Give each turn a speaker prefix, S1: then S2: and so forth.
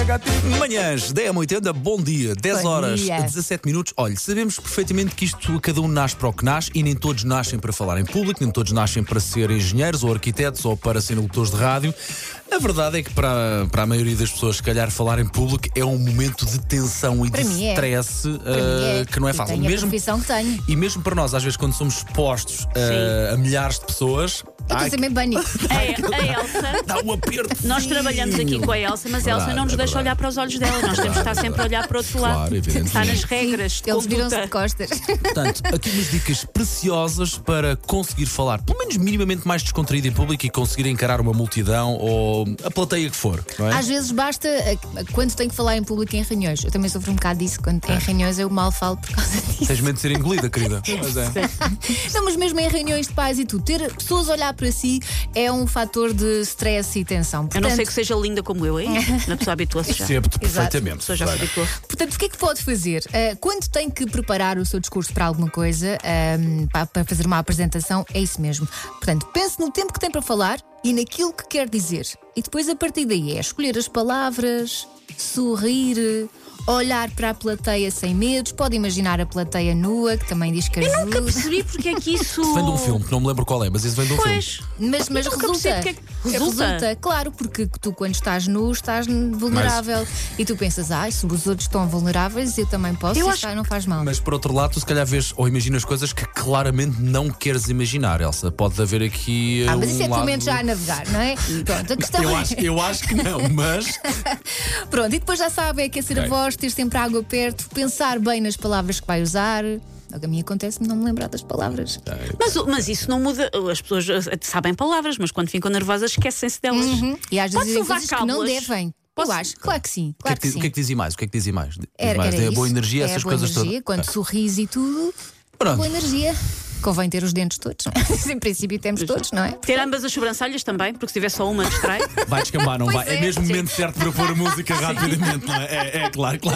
S1: Negativo.
S2: Manhãs, 10h80, bom dia, 10
S3: Bom
S2: horas,
S3: dia.
S2: 17 minutos. Olha, sabemos perfeitamente que isto cada um nasce para o que nasce e nem todos nascem para falar em público, nem todos nascem para ser engenheiros ou arquitetos ou para serem locutores de rádio. A verdade é que para, para a maioria das pessoas, se calhar, falar em público é um momento de tensão e
S3: Para
S2: de
S3: mim é.
S2: stress
S3: mim
S2: eh,
S3: é.
S2: que não é
S3: Eu
S2: fácil.
S3: tenho a profissão que tenho.
S2: E mesmo para nós, às vezes, quando somos expostos eh, a milhares de pessoas, ai,
S3: Eu estou sempre bem
S4: É, A, a Elsa.
S2: dá um aperto.
S4: Nós trabalhamos aqui com a Elsa, mas a Elsa
S2: Verdade,
S4: não nos
S2: é
S4: deixa
S2: verdade.
S4: olhar para os olhos dela. Nós temos que estar sempre a olhar para o outro
S2: Claro,
S4: lado.
S2: evidentemente.
S4: Está nas regras. de
S3: Eles viram-se de
S4: conduta.
S3: costas.
S2: Portanto, aqui umas dicas preciosas para conseguir falar, pelo menos minimamente mais descontraído em público e conseguir encarar uma multidão ou a plateia que for. Não é?
S3: Às vezes basta, eh, quando tenho que falar em público em reuniões, eu também sofro um bocado disso, quando
S2: Ah.
S3: em reuniões eu mal falo por causa disso.
S2: Tens medo de ser engolida, querida. Mas é.
S3: Não, mas mesmo em reuniões de pais e tudo, ter pessoas a olhar para si é um fator de stress e tensão.
S4: A
S3: Portanto,
S4: não ser que seja linda como eu, aí a pessoa habitua-se já. A
S2: Percebo-te
S3: Exato.
S2: perfeitamente.
S4: pessoa já se
S2: Claro.
S4: habitua.
S3: Portanto, o que é que pode fazer? Ah, quando tem que preparar o seu discurso para alguma coisa, ahm, pa- para fazer uma apresentação, é isso mesmo. Portanto, pense no tempo que tem para falar e naquilo que quer dizer. E depois, a partir daí, é escolher as palavras, sorrir. Olhar para a plateia sem medos, pode imaginar a plateia nua, que também diz que
S4: Nunca
S3: ajuda.
S4: percebi porque é que isso.
S2: Vem de um filme, que não me lembro qual é, mas isso vem de um
S4: Pois.
S2: filme.
S3: Mas, mas
S4: nunca
S3: resulta,
S4: percebi porque é que-
S3: resulta.
S4: Resulta?
S3: claro, porque tu quando estás nu estás vulnerável e tu pensas, ai, se os outros estão vulneráveis, eu também posso,
S4: Eu
S3: eu
S4: acho
S3: não faz mal.
S2: Mas por outro lado, tu se calhar vês ou imaginas coisas que claramente não queres imaginar, Elsa. Pode haver aqui. eh,
S3: Ah, mas isso
S2: um
S3: é tu
S2: lado...
S3: menos já a navegar, não é? Pronto, a questão
S2: eu
S3: é.
S2: acho, eu acho que não, mas
S3: Pronto, e depois já sabe, é aquecer
S2: Ok.
S3: a voz, ter sempre água perto, pensar bem nas palavras que vai usar. Logo a mim acontece-me não me lembrar das palavras.
S2: Tá.
S4: Mas, o- mas isso não muda. As pessoas eh, sabem palavras, mas quando ficam nervosas esquecem-se delas.
S3: Uhum. E às vezes
S4: Posso
S3: dizem
S4: usar
S3: coisas que não
S4: cábulas?
S3: devem.
S4: Posso-
S3: Eu acho, claro que sim,
S2: o que, é
S3: claro
S2: que,
S3: que
S2: o que é
S3: sim.
S2: que dizem mais? O que é que dizem mais? Diz
S3: Era,
S2: mais,
S3: era
S2: tem a boa
S3: isso.
S2: energia,
S3: É a
S2: essas
S3: boa
S2: coisas
S3: energia,
S2: todas.
S3: Quando
S2: Ah,
S3: sorris e tudo,
S2: Pronto.
S3: boa energia. Convém ter os dentes todos. é? em princípio temos todos, não é?
S4: Ter ambas as sobrancelhas também, porque se tiver só uma, distrai.
S2: Vai descambar, não
S3: Pois
S2: vai? É,
S3: é,
S2: mesmo
S3: sim.
S2: momento certo para pôr música rapidamente, não é? É, é claro, claro.